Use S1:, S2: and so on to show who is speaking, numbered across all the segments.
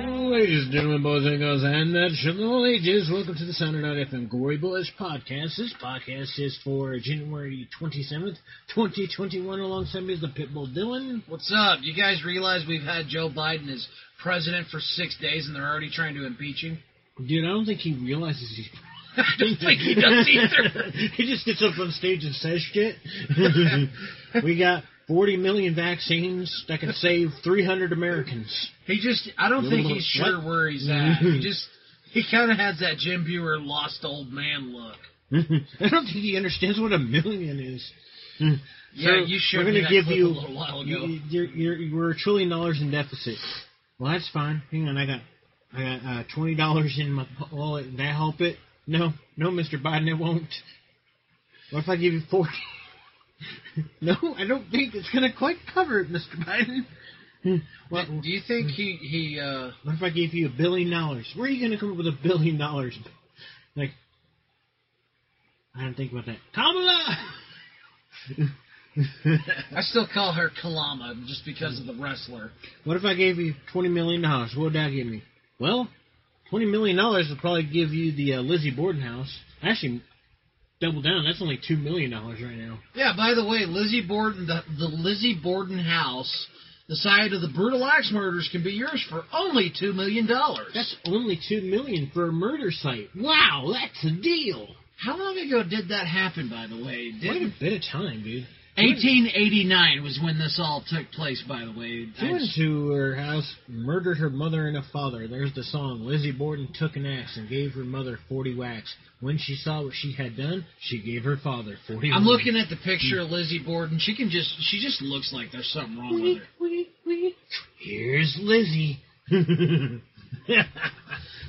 S1: and gentlemen, boys and girls, and that children of all ages, welcome to the Sounder.fm Gory Bullish Podcast. This podcast is for January 27th, 2021. Alongside me is the Pitbull Dylan.
S2: What's up? You guys realize we've had Joe Biden as president for six days and they're already trying to impeach him?
S1: Dude, I don't think he realizes he's.
S2: I don't think he does either.
S1: he just gets up on stage and says shit. we got 40 million vaccines that can save 300 Americans.
S2: He just, I don't think he's sure where he's at.
S1: Mm-hmm.
S2: He just, he kind of has that Jim Buer lost old man look.
S1: I don't think he understands what a million is.
S2: Yeah,
S1: So,
S2: you showed
S1: we're
S2: me
S1: gonna
S2: that
S1: give
S2: clip
S1: you-
S2: a little while ago.
S1: You, you're, you're, you were a trillion dollars in deficit. Well, that's fine. Hang on, I got I got uh, twenty dollars in my po- wallet. Will that help it? No, no, Mister Biden, it won't. What if I give you forty? no, I don't think it's gonna quite cover it, Mister Biden. Hmm, What,
S2: Do you think he, he, uh,
S1: what if I gave you a billion dollars? Where are you gonna come up with a billion dollars? Like, I didn't think about that. Kamala.
S2: I still call her Kalama just because of the wrestler.
S1: What if I gave you twenty million dollars? What would that give me? Well, twenty million dollars would probably give you the uh, Lizzie Borden house. Actually, double down. That's only two million dollars right now.
S2: Yeah, by the way, Lizzie Borden, the, the Lizzie Borden house, the site of the brutal axe murders, can be yours for only $2 million.
S1: That's only two million for a murder site. Wow, that's a deal.
S2: How long ago did that happen, by the way?
S1: Quite
S2: Did,
S1: a bit of time, dude.
S2: 1889 was when this all took place, by the way.
S1: She went to her house, murdered her mother and her father. There's the song. Lizzie Borden took an axe and gave her mother 40 whacks. When she saw what she had done, she gave her father 40
S2: I'm
S1: whacks.
S2: looking at the picture of Lizzie Borden. She can just, she just looks like there's something wrong with her.
S1: Here's Lizzie.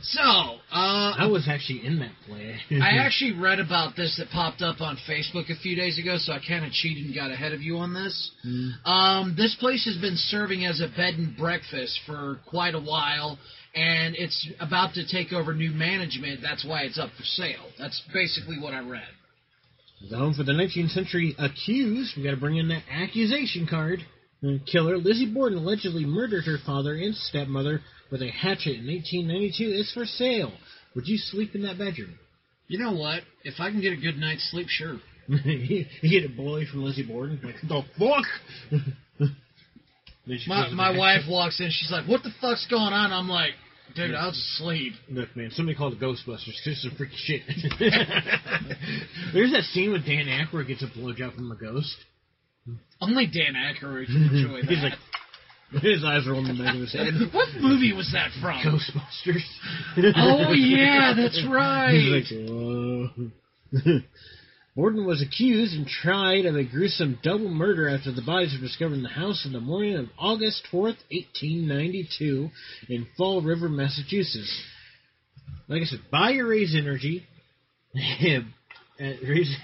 S2: So, uh,
S1: I was actually in that play.
S2: I actually read about this that popped up on Facebook a few days ago, so I kind of cheated and got ahead of you on this.
S1: Hmm.
S2: Um, this place has been serving as a bed and breakfast for quite a while, and it's about to take over new management. That's why it's up for sale. That's basically what I read.
S1: the home for the 19th century accused. We got to bring in that accusation card. The Killer Lizzie Borden allegedly murdered her father and stepmother with a hatchet in 1892. It's for sale. Would you sleep in that bedroom?
S2: You know what? If I can get a good night's sleep, sure.
S1: you get a boy from Lizzie Borden. Like the fuck. Then she
S2: My
S1: goes
S2: my
S1: back.
S2: wife walks in, she's like, "What the fuck's going on?" I'm like, "Dude, I'll just sleep."
S1: Look, man, somebody called the Ghostbusters. 'cause This is some freaky shit. There's that scene with Dan Aykroyd gets a blowjob from a ghost.
S2: Only Dan Aykroyd can enjoy that.
S1: Mm-hmm. He's like, his eyes are on the back of his head.
S2: "What movie was that from?"
S1: Ghostbusters.
S2: Oh yeah, that's right.
S1: He's like, whoa. Borden was accused and tried of a gruesome double murder after the bodies were discovered in the house in the morning of August 4th, 1892, in Fall River, Massachusetts. Like I said, buy your Raise Energy at raise,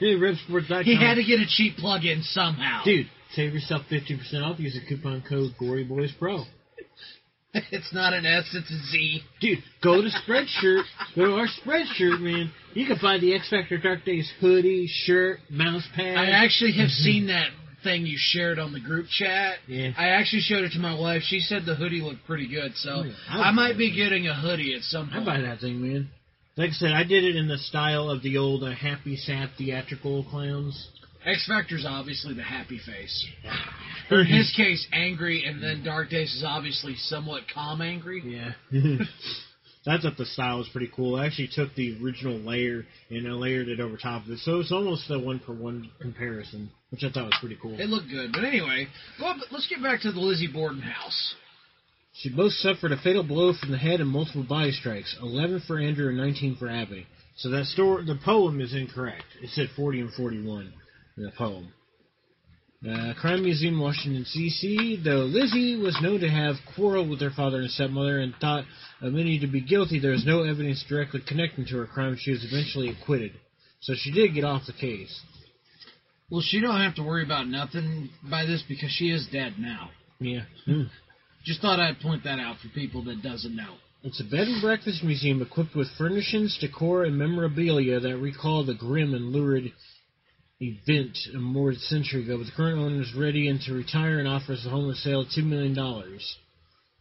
S1: repsports.com.
S2: He had to get a cheap plug-in somehow.
S1: Dude, save yourself 15% off. Use the coupon code GORYBOYSPRO.
S2: it's not an S, it's a Z.
S1: Dude, go to Spreadshirt. go to our Spreadshirt, man. You can buy the X Factor Dark Days hoodie, shirt, mouse pad.
S2: I actually have seen that thing you shared on the group chat.
S1: Yeah.
S2: I actually showed it to my wife. She said the hoodie looked pretty good, so
S1: Oh, yeah. I'll
S2: I
S1: buy
S2: might be getting a hoodie at some
S1: I
S2: point.
S1: buy that thing, man. Like I said, I did it in the style of the old uh, happy sad theatrical clowns.
S2: X Factor's obviously the happy face. Or in his case, angry, and then Dark Days is obviously somewhat calm angry.
S1: Yeah. I thought the style was pretty cool. I actually took the original layer and I layered it over top of it, so it's almost a one for one comparison, which I thought was pretty cool.
S2: It looked good, but anyway, well, but let's get back to the Lizzie Borden house.
S1: She both suffered a fatal blow from the head and multiple body strikes, 11 for Andrew and 19 for Abby. So that story, the poem is incorrect. It said 40 and 41 in the poem. Uh, Crime Museum, Washington, D.C. Though Lizzie was known to have quarreled with her father and stepmother and thought of many to be guilty, there is no evidence directly connecting to her crime. She was eventually acquitted. So she did get off the case.
S2: Well, she don't have to worry about nothing by this because she is dead now.
S1: Yeah. Hmm.
S2: Just thought I'd point that out for people that doesn't know.
S1: It's a bed and breakfast museum equipped with furnishings, decor, and memorabilia that recall the grim and lurid event a more than a century ago. But the current owner is ready and to retire and offers the home for sale $2 million.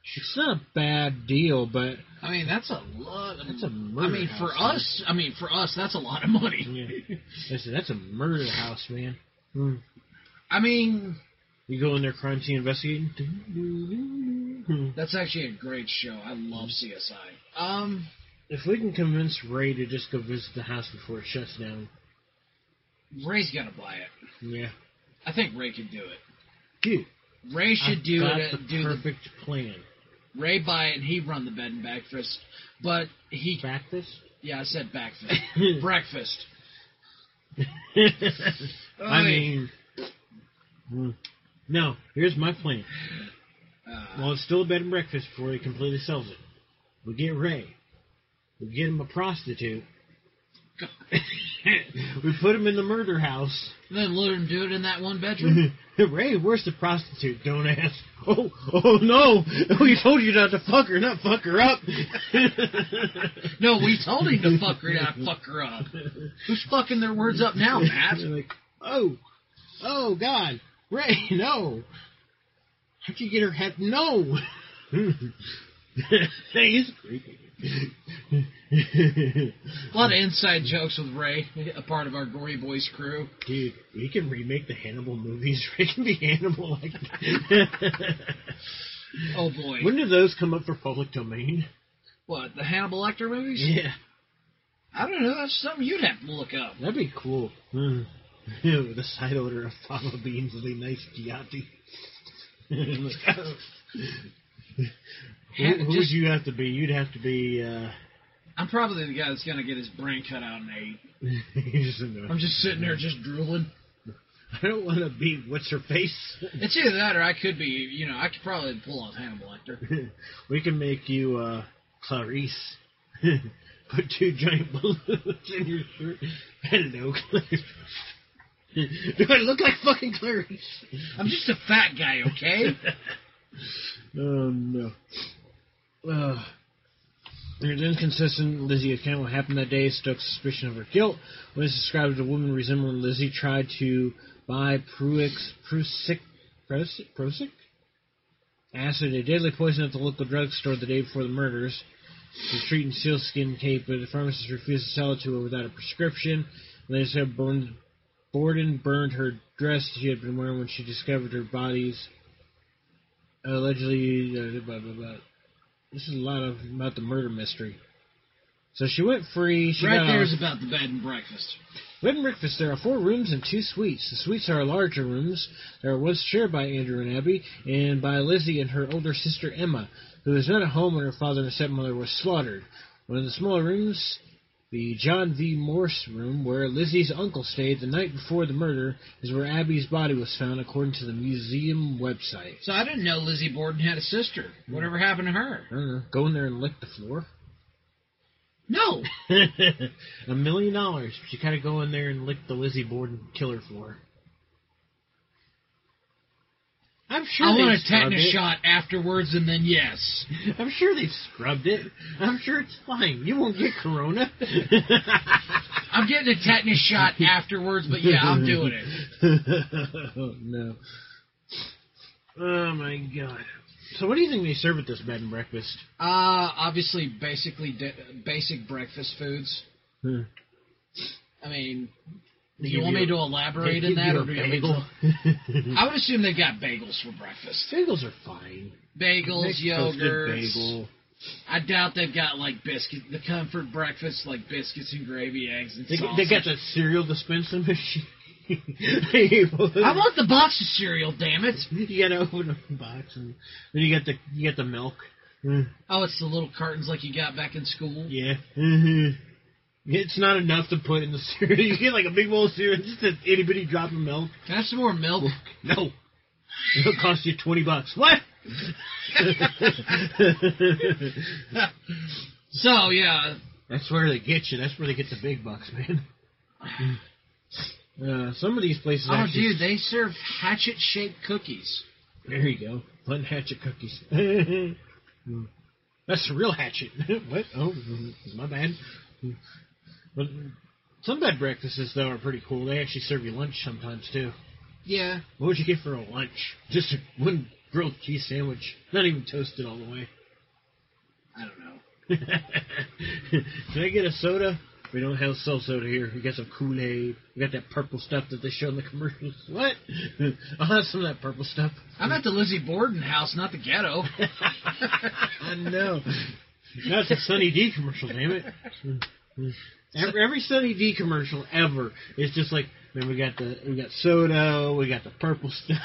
S1: It's not a bad deal, but
S2: I mean, that's a lot. Of,
S1: That's a
S2: I
S1: murder
S2: mean, for
S1: house,
S2: us, I mean, for us, that's a lot of money.
S1: Yeah. listen, that's a murder house, man. Mm.
S2: I mean,
S1: You go in there, crime scene investigating. Hmm.
S2: that's actually a great show. I love CSI. Um,
S1: If we can convince Ray to just go visit the house before it shuts down,
S2: Ray's gonna buy it.
S1: yeah,
S2: I think Ray could do it.
S1: dude,
S2: Ray should
S1: I've
S2: do
S1: got
S2: it.
S1: The
S2: do the,
S1: perfect plan.
S2: Ray buy it, and he run the bed and breakfast. But he,
S1: Breakfast.
S2: yeah, I said breakfast. breakfast.
S1: I mean, mm. no. Here's my plan.
S2: uh,
S1: Well, it's still a bed and breakfast before he completely sells it. We get Ray. We get him a prostitute. we put him in the murder house.
S2: then let him do it in that one bedroom.
S1: Ray, where's the prostitute? Don't ask. Oh, oh no! We told you not to fuck her, not fuck her up.
S2: no, we told him to fuck her, not fuck her up. Who's fucking their words up now, Matt?
S1: Like, oh, oh God, Ray, no! How'd you get her head? No. He's creepy.
S2: A lot of inside jokes with Ray, a part of our Gory Boys crew.
S1: Dude, we can remake the Hannibal movies. It can be Hannibal like that.
S2: Oh boy.
S1: when do those come up for public domain?
S2: What, the Hannibal Lecter movies?
S1: Yeah,
S2: I don't know, that's something you'd have to look up.
S1: that'd be cool. Mm. With a side order of fava beans with a nice Chianti. who
S2: Ha-
S1: who would
S2: just-
S1: you have to be? You'd have to be uh,
S2: I'm probably the guy that's gonna get his brain cut out and ate.
S1: you're just in the-
S2: I'm just sitting there just drooling.
S1: I don't want to be what's her face.
S2: It's either that or I could be, you know, I could probably pull off Hannibal Lecter.
S1: we can make you uh, Clarice. Put two giant balloons in your shirt. I don't know, Clarice. Do I look like fucking Clarice?
S2: I'm just a fat guy, okay?
S1: Oh no. Uh, There's inconsistent. Lizzie account what happened that day stoked suspicion of her guilt. When it's described as a woman resembling Lizzie tried to buy Pruix Prusic Prosic Prosic acid, a deadly poison at the local drugstore the day before the murders. She's treating sealskin tape, but the pharmacist refused to sell it to her without a prescription. Later said Borden, Borden burned her dress she had been wearing when she discovered her body's allegedly uh, blah, blah, blah. this is a lot of about the murder mystery. So she went free. She
S2: right
S1: got
S2: there
S1: off.
S2: is about the bed and breakfast.
S1: Bed and breakfast. There are four rooms and two suites. The suites are larger rooms. They are once shared by Andrew and Abby, and by Lizzie and her older sister Emma, who was not at home when her father and stepmother were slaughtered. One of the smaller rooms, the John V. Morse room, where Lizzie's uncle stayed the night before the murder, is where Abby's body was found, according to the museum website.
S2: So I didn't know Lizzie Borden had a sister. Whatever happened to her?
S1: I don't know. Go in there and lick the floor.
S2: No.
S1: a million dollars. But you gotta go in there and lick the Lizzie Borden killer floor. I'm sure
S2: I
S1: they
S2: want a
S1: scrubbed
S2: tetanus
S1: it.
S2: shot afterwards and then yes.
S1: I'm sure they scrubbed it. I'm sure it's fine. You won't get corona.
S2: I'm getting a tetanus shot afterwards, but yeah, I'm doing it.
S1: oh, no. Oh my god. So what do you think they serve at this bed and breakfast?
S2: Uh, obviously, basically di- basic breakfast foods.
S1: Hmm.
S2: I mean, do
S1: They
S2: you
S1: give
S2: want me to
S1: you-
S2: elaborate
S1: They
S2: in
S1: give
S2: that,
S1: you
S2: or
S1: a
S2: do you want me
S1: bagel.
S2: to- I would assume they've got bagels for breakfast.
S1: Bagels are fine.
S2: Bagels,
S1: Mixed toasted
S2: yogurt.
S1: Bagel.
S2: I doubt they've got like biscuit, the comfort breakfast like biscuits and gravy, eggs and
S1: They,
S2: sausage.
S1: they got that cereal dispenser machine. They open-
S2: I want the box of cereal, damn it!
S1: you gotta open a box and then you got the you got the milk. Mm,
S2: Oh, it's the little cartons like you got back in school.
S1: Yeah. Mhm. It's not enough to put in the cereal. You get like a big bowl of cereal, just an itty bitty drop of milk.
S2: Can I have some more milk?
S1: No. It'll cost you twenty bucks. What?
S2: so yeah,
S1: That's where they get you. That's where they get the big bucks, man. Uh, some of these places.
S2: Oh,
S1: actually
S2: dude, they serve hatchet shaped cookies.
S1: There you go. Button hatchet cookies. Mm. That's a real hatchet. what? Oh, mm, my bad. Mm. But some bed breakfasts, though, are pretty cool. They actually serve you lunch sometimes, too.
S2: Yeah.
S1: What would you get for a lunch? Just one grilled cheese sandwich. Not even toasted all the way.
S2: I don't know.
S1: Can I get a soda? We don't have sell soda here. We got some Kool Aid. We got that purple stuff that they show in the commercials. What? I'll have some of that purple stuff.
S2: I'm at the Lizzie Borden house, not the ghetto.
S1: I know. That's a Sunny D commercial, damn it. Every, every Sunny D commercial ever is just like, man, we got the we got soda, we got the purple stuff.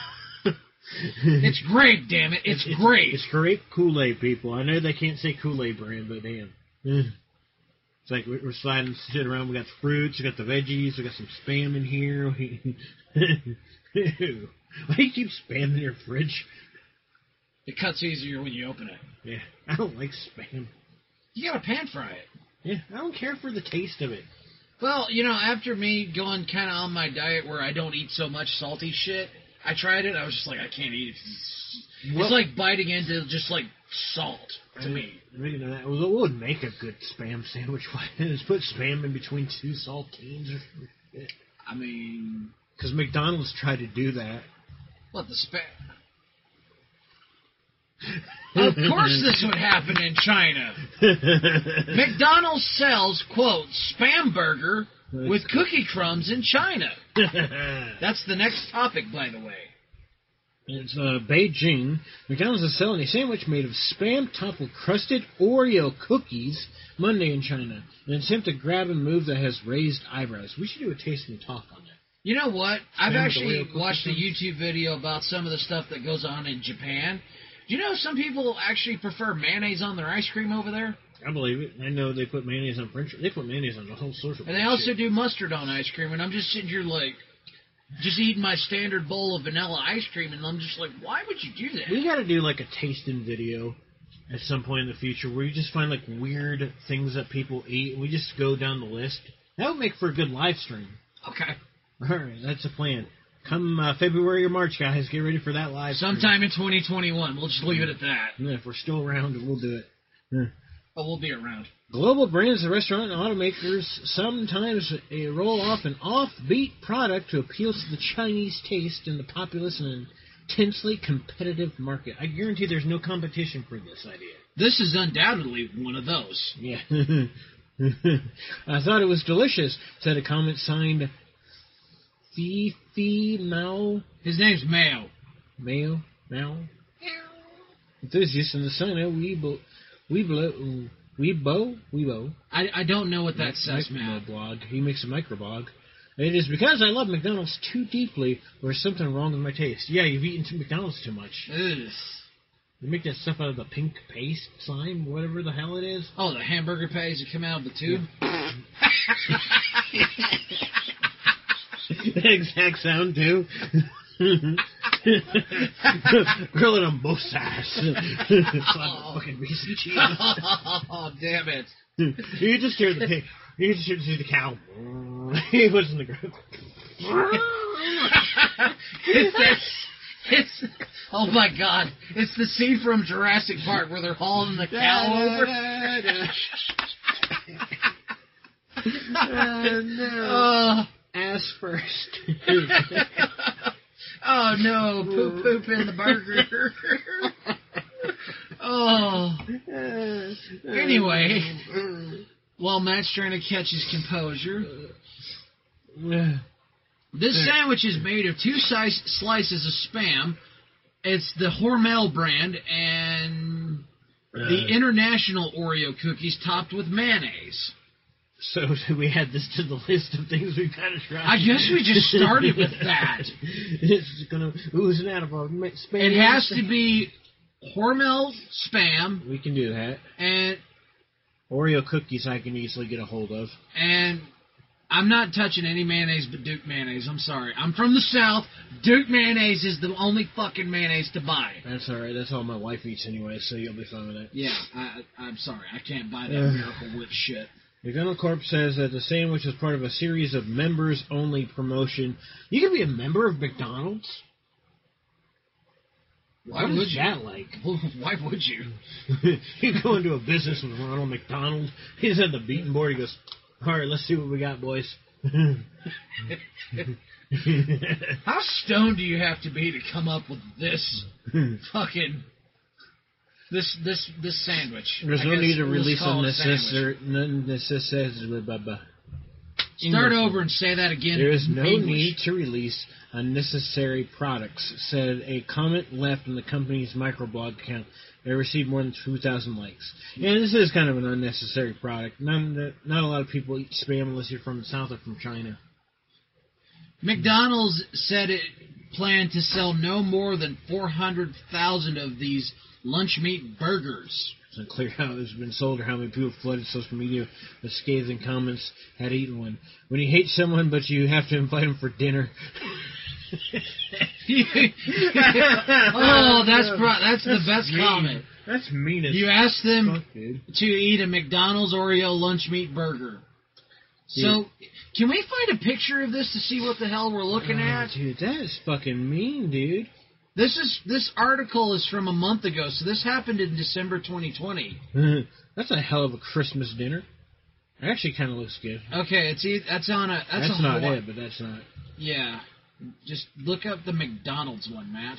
S2: It's great, damn it. It's great.
S1: It's great Kool Aid, people. I know they can't say Kool Aid brand, but damn.
S2: Mm.
S1: It's like we- we're sliding shit around. We got the fruits, we got the veggies, we got some spam in here. We- Ew. Why do you keep spam in your fridge?
S2: It cuts easier when you open it.
S1: Yeah, I don't like spam.
S2: You gotta pan fry it.
S1: Yeah, I don't care for the taste of it.
S2: Well, you know, after me going kind of on my diet where I don't eat so much salty shit, I tried it. I was just like, I can't eat it. It's,
S1: Well-
S2: like biting into just like salt to me.
S1: I mean, you know, that- what would make a good spam sandwich? Is put spam in between two saltines or
S2: I mean,
S1: Because McDonald's tried to do that.
S2: what the spa? Of course, this would happen in China. McDonald's sells quote spam burger with cookie crumbs in China. That's the next topic, by the way.
S1: It's uh, Beijing. McDonald's is selling a sandwich made of spam topped with crusted Oreo cookies Monday in China. An attempt to grab and move that has raised eyebrows. We should do a taste and talk on that.
S2: You know what? I've
S1: with Oreo
S2: actually
S1: cookies
S2: watched a
S1: and-
S2: YouTube video about some of the stuff that goes on in Japan. Do you know some people actually prefer mayonnaise on their ice cream over there?
S1: I believe it. I know they put mayonnaise on French. They put mayonnaise on a whole sorts of.
S2: And they also do mustard on ice cream, and I'm just sitting here like, just eating my standard bowl of vanilla ice cream, and I'm just like, why would you do that?
S1: We got to do like a tasting video at some point in the future where you just find like weird things that people eat. and We just go down the list. That would make for a good live stream.
S2: Okay.
S1: All right, that's the plan. Come uh, February or March, guys, get ready for that live. stream.
S2: Sometime in 2021, we'll just leave it at that.
S1: Yeah, if we're still around, we'll do it.
S2: But we'll be around.
S1: Global brands and restaurant and automakers sometimes eh, roll off an offbeat product to appeal to the Chinese taste in the populous and intensely competitive market. I guarantee there's no competition for this idea.
S2: This is undoubtedly one of those.
S1: Yeah. I thought it was delicious, said a comment signed Fifi Mao.
S2: His name's Mayo.
S1: Mao? Mao? Enthusiast in the eh? Sino Weibo. Weibo? Weibo? Weibo.
S2: I, I don't know what that says, man.
S1: Microblog. He makes a microblog. It is because I love McDonald's too deeply, or is something wrong with my taste. Yeah, you've eaten too McDonald's too much.
S2: Ugh.
S1: They make that stuff out of the pink paste slime, whatever the hell it is.
S2: Oh, the hamburger patties that come out of the tube.
S1: that exact sound too. Grilling on both sides. Slap a fucking piece of cheese.
S2: oh, damn it!
S1: you just hear the pig. You just hear the cow. he was in the grill.
S2: it's that. It's oh my god! It's the scene from Jurassic Park where they're hauling the cow over.
S1: Oh, no.
S2: Uh,
S1: Ass first.
S2: oh no! Poop, poop in the burger. oh. Anyway. While Matt's trying to catch his composure, This sandwich is made of two size slices of spam. It's the Hormel brand and the international Oreo cookies topped with mayonnaise.
S1: So we had this to the list of things we've got to try.
S2: I guess we just started with that.
S1: it's gonna oozing out of our ma- space.
S2: It has to be Hormel spam
S1: We can do that.
S2: and
S1: Oreo cookies I can easily get a hold of.
S2: and I'm not touching any mayonnaise but Duke mayonnaise. I'm sorry. I'm from the South. Duke mayonnaise is the only fucking mayonnaise to buy.
S1: That's all right. That's all my wife eats anyway, so you'll be fine with that.
S2: Yeah, I, I'm sorry. I can't buy that
S1: Ugh.
S2: Miracle Whip shit.
S1: McDonald Corp says that the sandwich is part of a series of members-only promotion. You can be a member of McDonald's.
S2: Why
S1: What
S2: would
S1: is
S2: you?
S1: that like?
S2: Why would you?
S1: you go into a business with Ronald McDonald. He's at the beating board. He goes, "All right, let's see what we got, boys."
S2: How stoned do you have to be to come up with this fucking this this this sandwich?
S1: There's
S2: I
S1: no
S2: guess
S1: need to
S2: we'll
S1: release
S2: call it a
S1: unnecessary, unnecessary. Blah, blah,
S2: sandwich. Start over and say that again.
S1: There is no
S2: in English.
S1: need to release unnecessary products, said a comment left on the company's microblog account. They received more than 2,000 likes. And this is kind of an unnecessary product. None, not a lot of people eat spam unless you're from the South or from China.
S2: McDonald's said it planned to sell no more than 400,000 of these lunch meat burgers.
S1: It's unclear how it's been sold or how many people flooded social media with scathing comments had eaten one. When you hate someone, but you have to invite them for dinner.
S2: oh, that's pro- that's the best
S1: mean.
S2: comment.
S1: That's mean as
S2: You ask them
S1: fuck, dude.
S2: to eat a McDonald's Oreo lunch meat burger. So, can we find a picture of this to see what the hell we're looking
S1: Ah,
S2: at?
S1: dude, that is fucking mean, dude.
S2: This is this article is from a month ago, so this happened in December 2020.
S1: that's a hell of a Christmas dinner. It actually kind of looks good.
S2: Okay, it's e- that's on a that's,
S1: That's,
S2: a
S1: not
S2: Hawaii-
S1: it, but that's not.
S2: Yeah. Just look up the McDonald's one, Matt.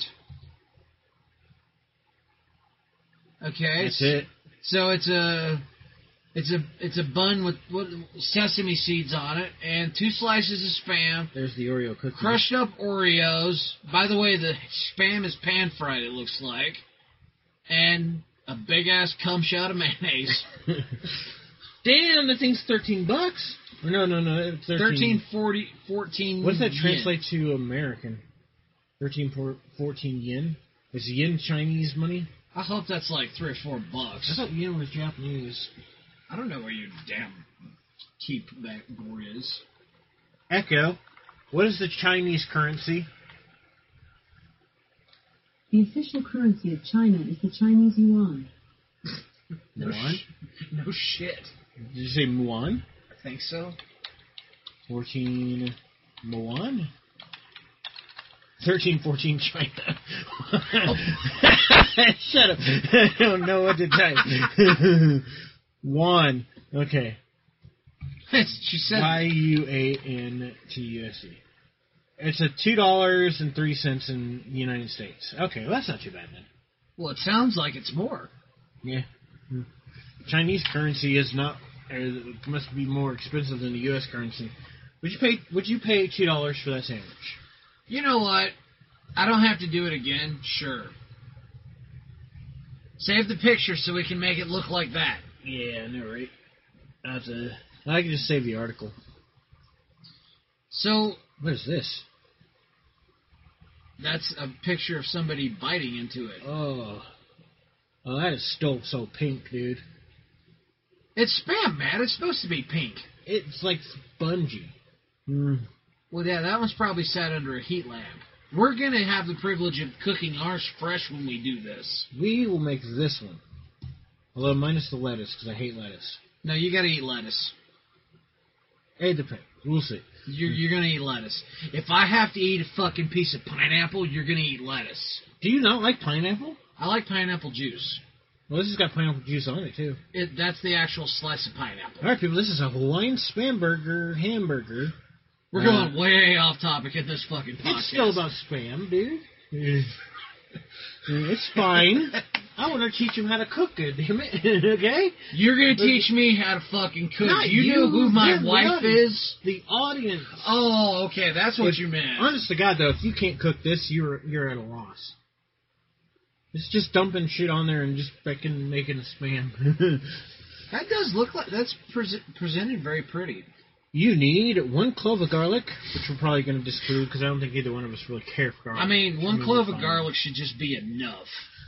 S2: Okay.
S1: That's it.
S2: So it's a it's a it's a bun with what sesame seeds on it and two slices of spam,
S1: There's the Oreo cookie.
S2: crushed up Oreos. By the way, the spam is pan fried it looks like. And a big ass cum shot of mayonnaise.
S1: Damn, that thing's thirteen bucks. No, no, no. it's Thirteen.
S2: Thirteen forty fourteen.
S1: What does that
S2: yen.
S1: translate to American? Thirteen por- fourteen yen. Is yen Chinese money?
S2: I hope that's like three or four
S1: I
S2: bucks.
S1: thought yen was Japanese.
S2: I don't know where your damn keep that board is.
S1: Echo. What is the Chinese currency?
S3: The official currency of China is the Chinese yuan.
S2: No,
S1: Yuan.
S2: sh- no shit.
S1: Did you say yuan?
S2: I think so.
S1: Fourteen yuan. Thirteen, fourteen, China. Shut up. I don't know what to type. Yuan. Okay.
S2: she said.
S1: Y U A N T U S E. It's a two dollars and three cents in the United States. Okay, well, that's not too bad then.
S2: Well, it sounds like it's more.
S1: Yeah. Hmm. Chinese currency is not or it must be more expensive than the U.S. currency. Would you pay? Would you pay two dollars for that sandwich?
S2: You know what? I don't have to do it again. Sure. Save the picture so we can make it look like that.
S1: Yeah, I know, right? I have to. I can just save the article.
S2: So
S1: What is this?
S2: that's a picture of somebody biting into it.
S1: Oh, oh, that is still so pink, dude.
S2: It's spam, man. It's supposed to be pink.
S1: It's like spongy. Mm.
S2: Well, yeah, that one's probably sat under a heat lamp. We're gonna have the privilege of cooking ours fresh when we do this.
S1: We will make this one. Although minus the lettuce, because I hate lettuce.
S2: No, you gotta eat lettuce.
S1: It depends. We'll see.
S2: You're, you're gonna eat lettuce. If I have to eat a fucking piece of pineapple, you're gonna eat lettuce.
S1: Do you not like pineapple?
S2: I like pineapple juice.
S1: Well, this has got pineapple juice on it too.
S2: It, that's the actual slice of pineapple.
S1: All right, people. This is a Hawaiian spam burger hamburger.
S2: We're
S1: Uh,
S2: going way off topic at this fucking podcast.
S1: It's still about spam, dude. Mm, it's fine. I want to teach him how to cook good. Damn it. okay.
S2: You're gonna teach me how to fucking cook.
S1: Not
S2: you, know
S1: you,
S2: who my
S1: them,
S2: wife
S1: them.
S2: is?
S1: The audience.
S2: Oh, okay, that's what
S1: If-
S2: you meant.
S1: Honest to God, though, if you can't cook this, you're you're at a loss. It's just dumping shit on there and just fucking making a spam.
S2: That does look like that's pres presented very pretty.
S1: you need one clove of garlic, which we're probably going to disprove because I don't think either one of us really care for garlic.
S2: I mean, one
S1: Remember
S2: clove of
S1: fine.
S2: garlic should just be enough.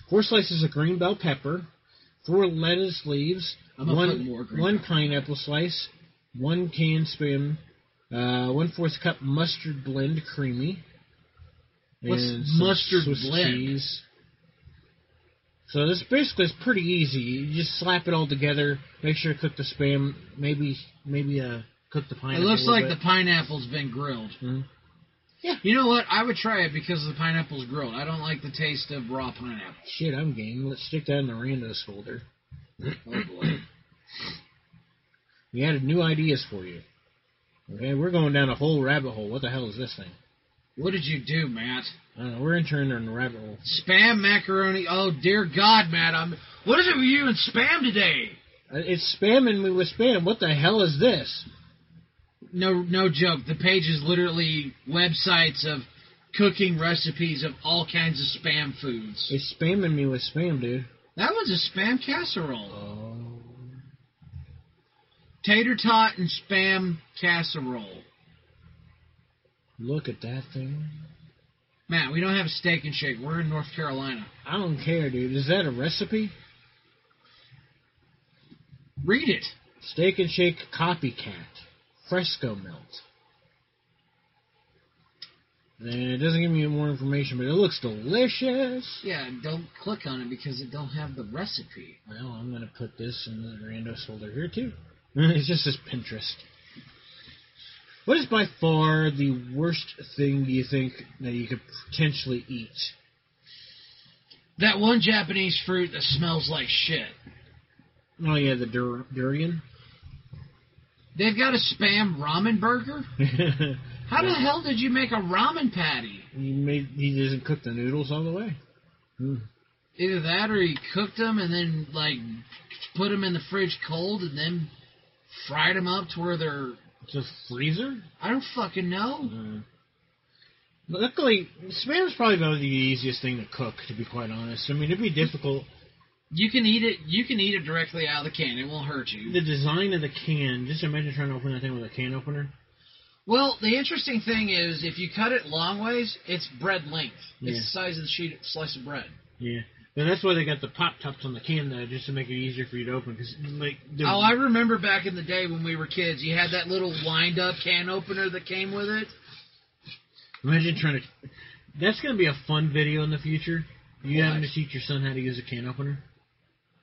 S1: four slices of green bell pepper, four lettuce leaves,
S2: I'm gonna put
S1: one
S2: more green
S1: one
S2: pepper.
S1: pineapple slice, one canned spam, uh, one fourth cup mustard blend creamy.
S2: What's
S1: and some
S2: mustard
S1: Swiss
S2: blend?
S1: cheese. So this basically is pretty easy. You just slap it all together. Make sure to cook the spam. Maybe maybe uh cook the
S2: It
S1: pineapple.
S2: looks
S1: a little
S2: like
S1: bit.
S2: the pineapple's been grilled.
S1: Mhm. Yeah.
S2: You know what? I would try it because the pineapple's grilled. I don't like the taste of raw pineapple.
S1: Shit, I'm game. Let's stick that in the randos folder.
S2: Oh boy.
S1: We added new ideas for you. Okay, we're going down a whole rabbit hole. What the hell is this thing?
S2: What did you do, Matt?
S1: I don't know, we're entering on a rabbit hole.
S2: Spam macaroni. Oh dear God, Matt! I'm. What is it with you and spam today?
S1: Uh, It's spamming me with spam. What the hell is this?
S2: No, no joke. The page is literally websites of cooking recipes of all kinds of spam foods.
S1: It's spamming me with spam, dude.
S2: That was a spam casserole.
S1: Oh.
S2: Tater tot and spam casserole.
S1: Look at that thing.
S2: Matt, we don't have a steak and shake. We're in North Carolina.
S1: I don't care, dude. Is that a recipe?
S2: Read it.
S1: Steak and Shake Copycat. Fresco Melt. And it doesn't give me more information, but it looks delicious.
S2: Yeah, don't click on it because it don't have the recipe.
S1: Well, I'm going to put this in the Randos folder here, too. it's just this Pinterest. What is by far the worst thing do you think that you could potentially eat?
S2: That one Japanese fruit that smells like shit.
S1: Oh, yeah, the dur- durian.
S2: They've got a spam ramen burger.
S1: he,
S2: How the hell did you make a ramen patty?
S1: made, he doesn't cook the noodles all the way.
S2: Either that or he cooked them and then like put them in the fridge cold and then fried them up to where they're
S1: It's a freezer?
S2: I don't fucking know.
S1: Uh, luckily, spam's probably about the easiest thing to cook, to be quite honest. I mean, it'd be difficult.
S2: You can eat it. You can eat it directly out of the can. It won't hurt you.
S1: The design of the can, just imagine trying to open that thing with a can opener.
S2: Well, the interesting thing is if you cut it long ways, it's bread length. It's
S1: Yeah.
S2: the size of the sheet slice of bread.
S1: Yeah. But that's why they got the pop tops on the can, though, just to make it easier for you to open. Because, like, the,
S2: Oh, I remember back in the day when we were kids, you had that little wind up can opener that came with it.
S1: imagine trying to. That's going to be a fun video in the future. You
S2: Why?
S1: having to teach your son how to use a can opener?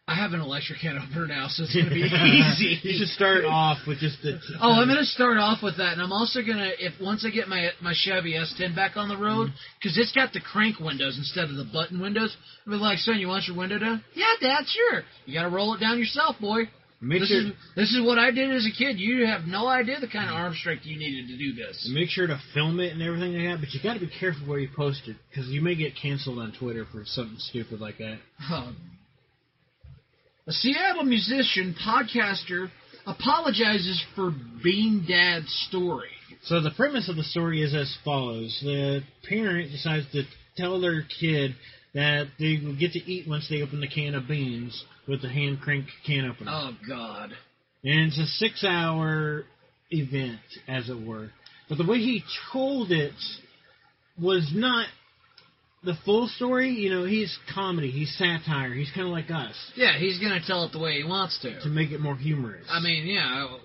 S2: I have an electric can opener now, so it's gonna be easy.
S1: you should start off with just the.
S2: Oh, I'm gonna start off with that, and I'm also gonna if once I get my my Chevy S10 back on the road, because it's got the crank windows instead of the button windows. I'll be like, son, you want your window down? Yeah, Dad, sure. You gotta roll it down yourself, boy.
S1: Make
S2: this
S1: sure,
S2: is this is what I did as a kid. You have no idea the kind of arm strength you needed to do this.
S1: Make sure to film it and everything like that, but you got to be careful where you post it because you may get canceled on Twitter for something stupid like that.
S2: Um, a Seattle musician podcaster apologizes for Bean Dad's story.
S1: So the premise of the story is as follows: the parent decides to tell their kid that they will get to eat once they open the can of beans with the hand crank can opener,
S2: Oh God.
S1: and it's a six-hour event, as it were. But the way he told it was not the full story. You know, he's comedy, he's satire, he's kind of like us.
S2: Yeah, he's gonna tell it the way he wants
S1: to make it more humorous.
S2: I mean, yeah,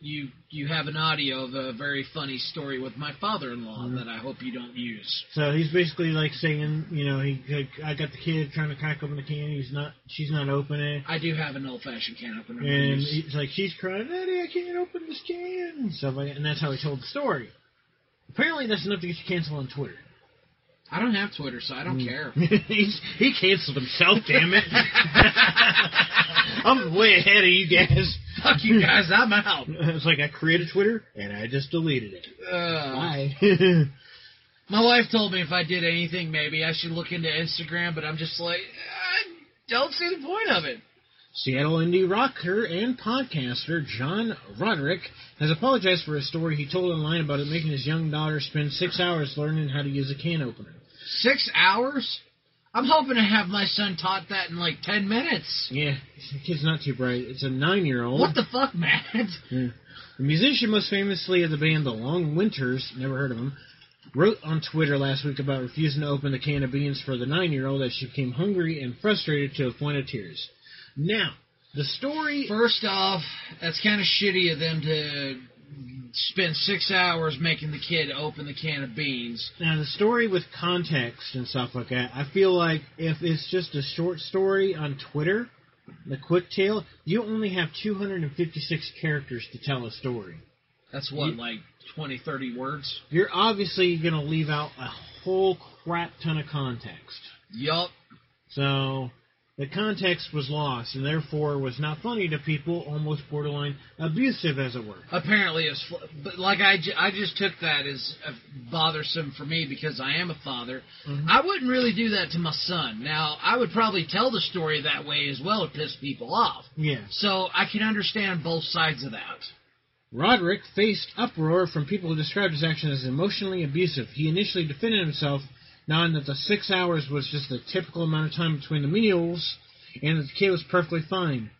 S2: you you have an audio of a very funny story with my father-in-law that I hope you don't use.
S1: so he's basically like saying, you know, he like, I got the kid trying to crack open the can. He's not, she's not opening it,
S2: I do have an old-fashioned can opener. to
S1: and
S2: use.
S1: he's like, she's crying, Daddy, I can't open this can, and stuff like that. And that's how he told the story. Apparently, that's enough to get you canceled on Twitter.
S2: I don't have Twitter, so I don't care.
S1: he's, he canceled himself, damn it! I'm way ahead of you guys.
S2: Fuck you guys, I'm out.
S1: It's like I created Twitter and I just deleted it.
S2: Uh,
S1: Bye.
S2: my wife told me if I did anything, maybe I should look into Instagram, but I'm just like, I don't see the point of it.
S1: Seattle indie rocker and podcaster John Roderick has apologized for a story he told online about it making his young daughter spend six hours learning how to use a can opener.
S2: Six hours? I'm hoping to have my son taught that in like ten minutes.
S1: Yeah, the kid's not too bright. It's a nine-year-old.
S2: What the fuck, man?
S1: The musician, most famously of the band The Long Winters, never heard of him, wrote on Twitter last week about refusing to open the can of beans for the nine-year-old as she became hungry and frustrated to a point of tears. Now, the story.
S2: First off, that's kind of shitty of them to spend six hours making the kid open the can of beans.
S1: Now the story with context and stuff like that, I feel like if it's just a short story on Twitter, the quick tale, you only have 256 characters to tell a story.
S2: That's what, like 20, 30 words?
S1: You're obviously going to leave out a whole crap ton of context.
S2: Yup.
S1: So The context was lost and therefore was not funny to people, almost borderline abusive, as it were.
S2: Apparently, it's fl- but like I, ju- I just took that as uh, bothersome for me because I am a father.
S1: Mm-hmm.
S2: I wouldn't really do that to my son. Now, I would probably tell the story that way as well to piss people off.
S1: Yeah.
S2: So I can understand both sides of that.
S1: Roderick faced uproar from people who described his action as emotionally abusive. He initially defended himself, knowing that the six hours was just the typical amount of time between the meals, and that the kid was perfectly fine.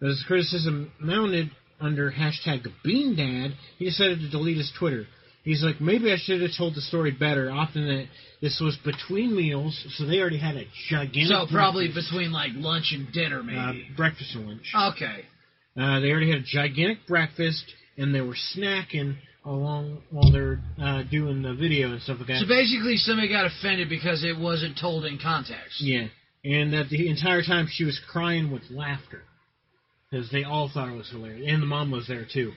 S1: But as criticism mounted under hashtag BeanDad, he decided to delete his Twitter. He's like, maybe I should have told the story better, often that this was between meals, so they already had a gigantic
S2: So probably
S1: breakfast,
S2: between like lunch and dinner,
S1: uh,
S2: maybe.
S1: breakfast and lunch.
S2: okay.
S1: Uh, they already had a gigantic breakfast, and they were snacking along while they're uh, doing the video and stuff like that.
S2: So basically, somebody got offended because it wasn't told in context.
S1: yeah, and that the entire time she was crying with laughter because they all thought it was hilarious, and the mom was there too.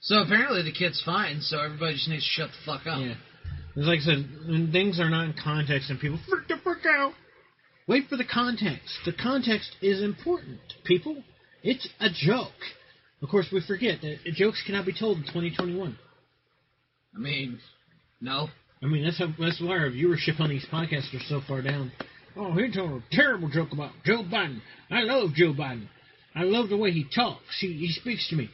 S2: So apparently, the kid's fine. So everybody just needs to shut the fuck up.
S1: Yeah, it's like I said, when things are not in context, and people freak the fuck out. Wait for the context. The context is important, people. It's a joke. Of course, we forget that jokes cannot be told in 2021.
S2: I mean, no.
S1: I mean, that's how that's why our viewership on these podcasts are so far down. Oh, he told a terrible joke about Joe Biden. I love Joe Biden. I love the way he talks. He, he speaks to me.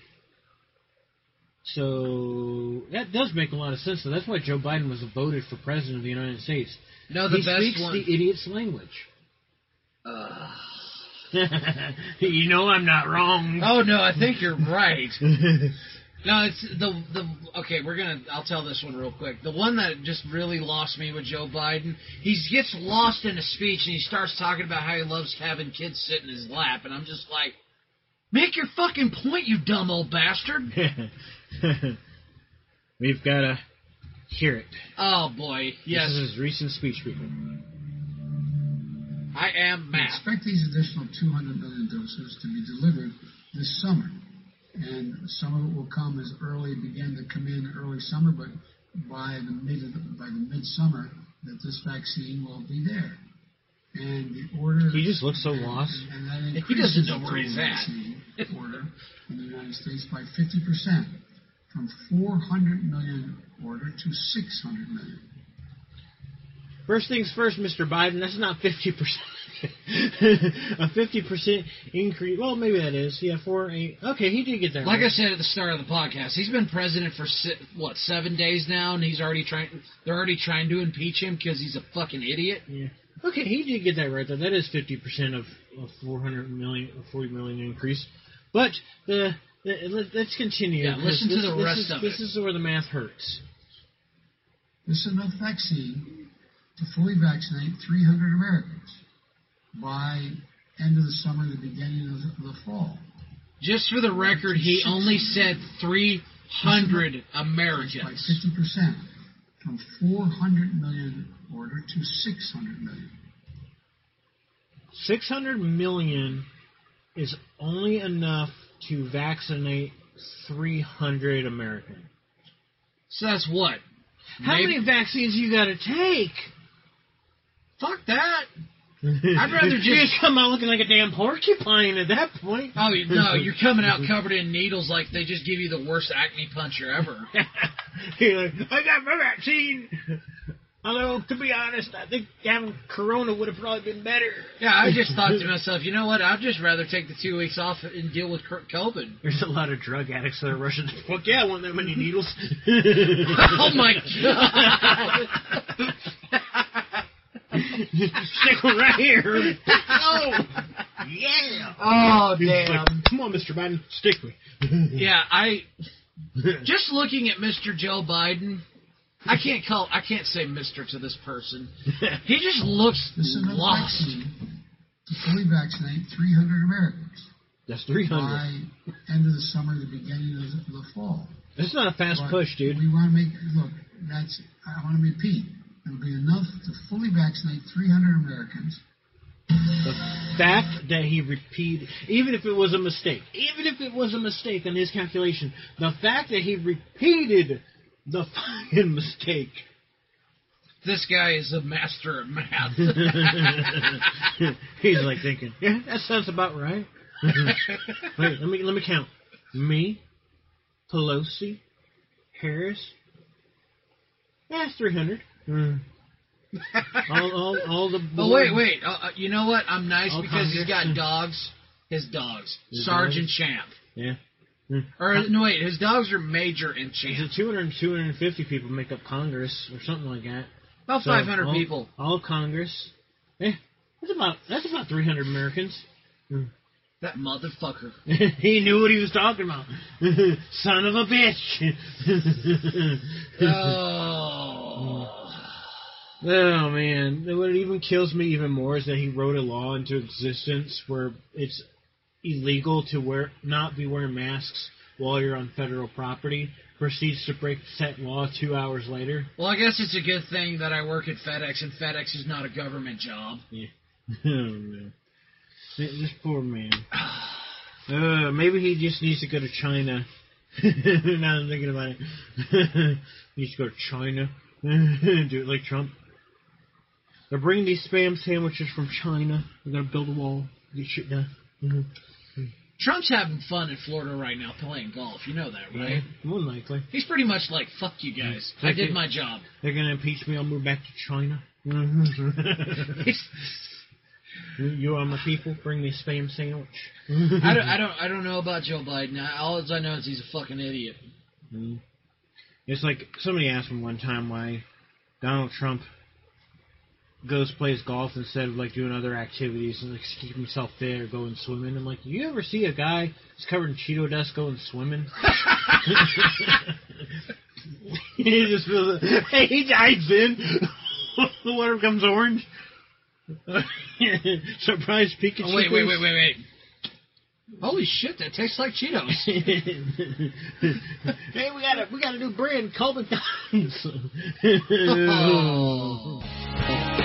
S1: So that does make a lot of sense. So that's why Joe Biden was voted for president of the United States.
S2: No, Oh, the
S1: he
S2: best
S1: speaks
S2: one.
S1: the idiot's language.
S2: Ugh.
S1: you know I'm not wrong.
S2: oh no, I think you're right. Oh. No, it's the the okay. We're gonna. I'll tell this one real quick. The one that just really lost me with Joe Biden. He gets lost in a speech and he starts talking about how he loves having kids sit in his lap, and I'm just like, make your fucking point, you dumb old bastard.
S1: We've got to hear it.
S2: Oh boy, yes,
S1: This is his recent speech, people.
S2: I am
S4: We
S2: mad.
S4: expect these additional 200 million doses to be delivered this summer. And some of it will come as early, begin to come in early summer, but by the mid by the midsummer, that this vaccine will be there. And the order.
S1: He just looks so lost.
S4: And that
S2: He doesn't
S4: increases
S2: know
S4: the
S2: where he's
S4: total
S2: at.
S4: vaccine order in the United States by 50%, from 400 million order to 600 million.
S1: First things first, Mr. Biden, that's not 50%. a 50% increase. Well, maybe that is. Yeah, four, eight. Okay, he did get there.
S2: Like I said at the start of the podcast, he's been president for si- what seven days now, and he's already trying. They're already trying to impeach him because he's a fucking idiot.
S1: Yeah. Okay, he did get that right, though. That is 50% of a 400 million, a 40 million increase. But the, the let, let's continue.
S2: Yeah, listen to
S1: This-
S2: the
S1: this
S2: rest
S1: is,
S2: of
S1: This
S2: it.
S1: is where the math hurts.
S4: This is enough vaccine to fully vaccinate 300 Americans by end of the summer, the beginning of the, the fall.
S2: Just for the record, he only said 300
S4: By
S2: Americans.
S4: 50%, from 400 million order to 600 million.
S1: 600 million is only enough to vaccinate 300 Americans.
S2: So that's what?
S1: How
S2: Maybe-
S1: many vaccines you gotta take?
S2: Fuck that.
S1: I'd
S2: rather just-
S1: you come out looking like a damn porcupine at that point.
S2: Oh, you- no, you're coming out covered in needles like they just give you the worst acne puncher ever.
S1: you're like, I got my vaccine. Although, to be honest, I think having Corona would have probably been better.
S2: Yeah, I just thought to myself, you know what? I'd just rather take the two weeks off and deal with cur- COVID.
S1: There's a lot of drug addicts that are rushing. Fuck yeah, I want that many needles.
S2: Oh my god.
S1: Stick one right here. oh, yeah.
S2: oh
S1: Like, come on, Mr. Biden, stick me.
S2: Yeah, I just looking at Mr. Joe Biden. I can't call. I can't say Mister to this person. He just looks
S4: This is enough
S2: lost.
S4: vaccine to fully vaccinate 300 Americans
S1: That's 300.
S4: by end of the summer, the beginning of the, the fall.
S1: That's not a fast
S4: But
S1: push, dude.
S4: We want to make look. That's I want to repeat. It'll be enough to fully vaccinate 300 Americans
S1: The fact that he repeated, even if it was a mistake, even if it was a mistake on his calculation, the fact that he repeated the fucking mistake
S2: this guy is a master of math.
S1: He's like thinking, yeah, that sounds about right. Wait, let me let me count. Me, Pelosi, Harris. That's three hundred. All, all, all the.
S2: oh wait, wait. Uh, uh, you know what? I'm nice
S1: All
S2: because he's got
S1: Congress.
S2: dogs. His dogs,
S1: His
S2: Sergeant Champ.
S1: Yeah.
S2: Or no, wait. His dogs are Major and
S1: Is
S2: Champ.
S1: it 200, 250 people make up Congress or something like that?
S2: About
S1: So,
S2: 500
S1: all-
S2: people.
S1: All of Congress. Eh, that's about that's about 300 Americans.
S2: That motherfucker.
S1: he knew what he was talking about. Son of a bitch.
S2: Oh.
S1: oh man, what even kills me even more is that he wrote a law into existence where it's illegal to wear not be wearing masks while you're on federal property. Proceeds to break that law two hours later.
S2: Well, I guess it's a good thing that I work at FedEx, and FedEx is not a government job.
S1: Oh no. Th- This poor man. Uh, maybe he just needs to go to China. now that I'm thinking about it. he needs to go to China. Do it like Trump. They're bringing these spam sandwiches from China. We're going to build a wall. Get shit done. Mhm.
S2: Trump's having fun in Florida right now playing golf. You know that, right?
S1: More than likely.
S2: He's pretty much like, fuck you guys.
S1: Yeah.
S2: I did my job.
S1: They're going to impeach me. I'll move back to China.
S2: He's-
S1: You- you are my people. Bring me a spam sandwich.
S2: I don't, I don't, I don't know about Joe Biden. I, all I know is he's a fucking idiot.
S1: Mm-hmm. It's like somebody asked me one time why Donald Trump goes plays golf instead of like doing other activities and like to keep himself fit or going swimming. I'm like, you ever see a guy that's covered in Cheeto dust going swimming? he just feels like, hey, he dives in. the water becomes orange. Surprise Pikachu.
S2: Oh, wait, wait, wait, wait, wait. Holy shit, that tastes like Cheetos.
S1: hey, we got a we got a new brand, Coleman Dimes.
S2: Oh.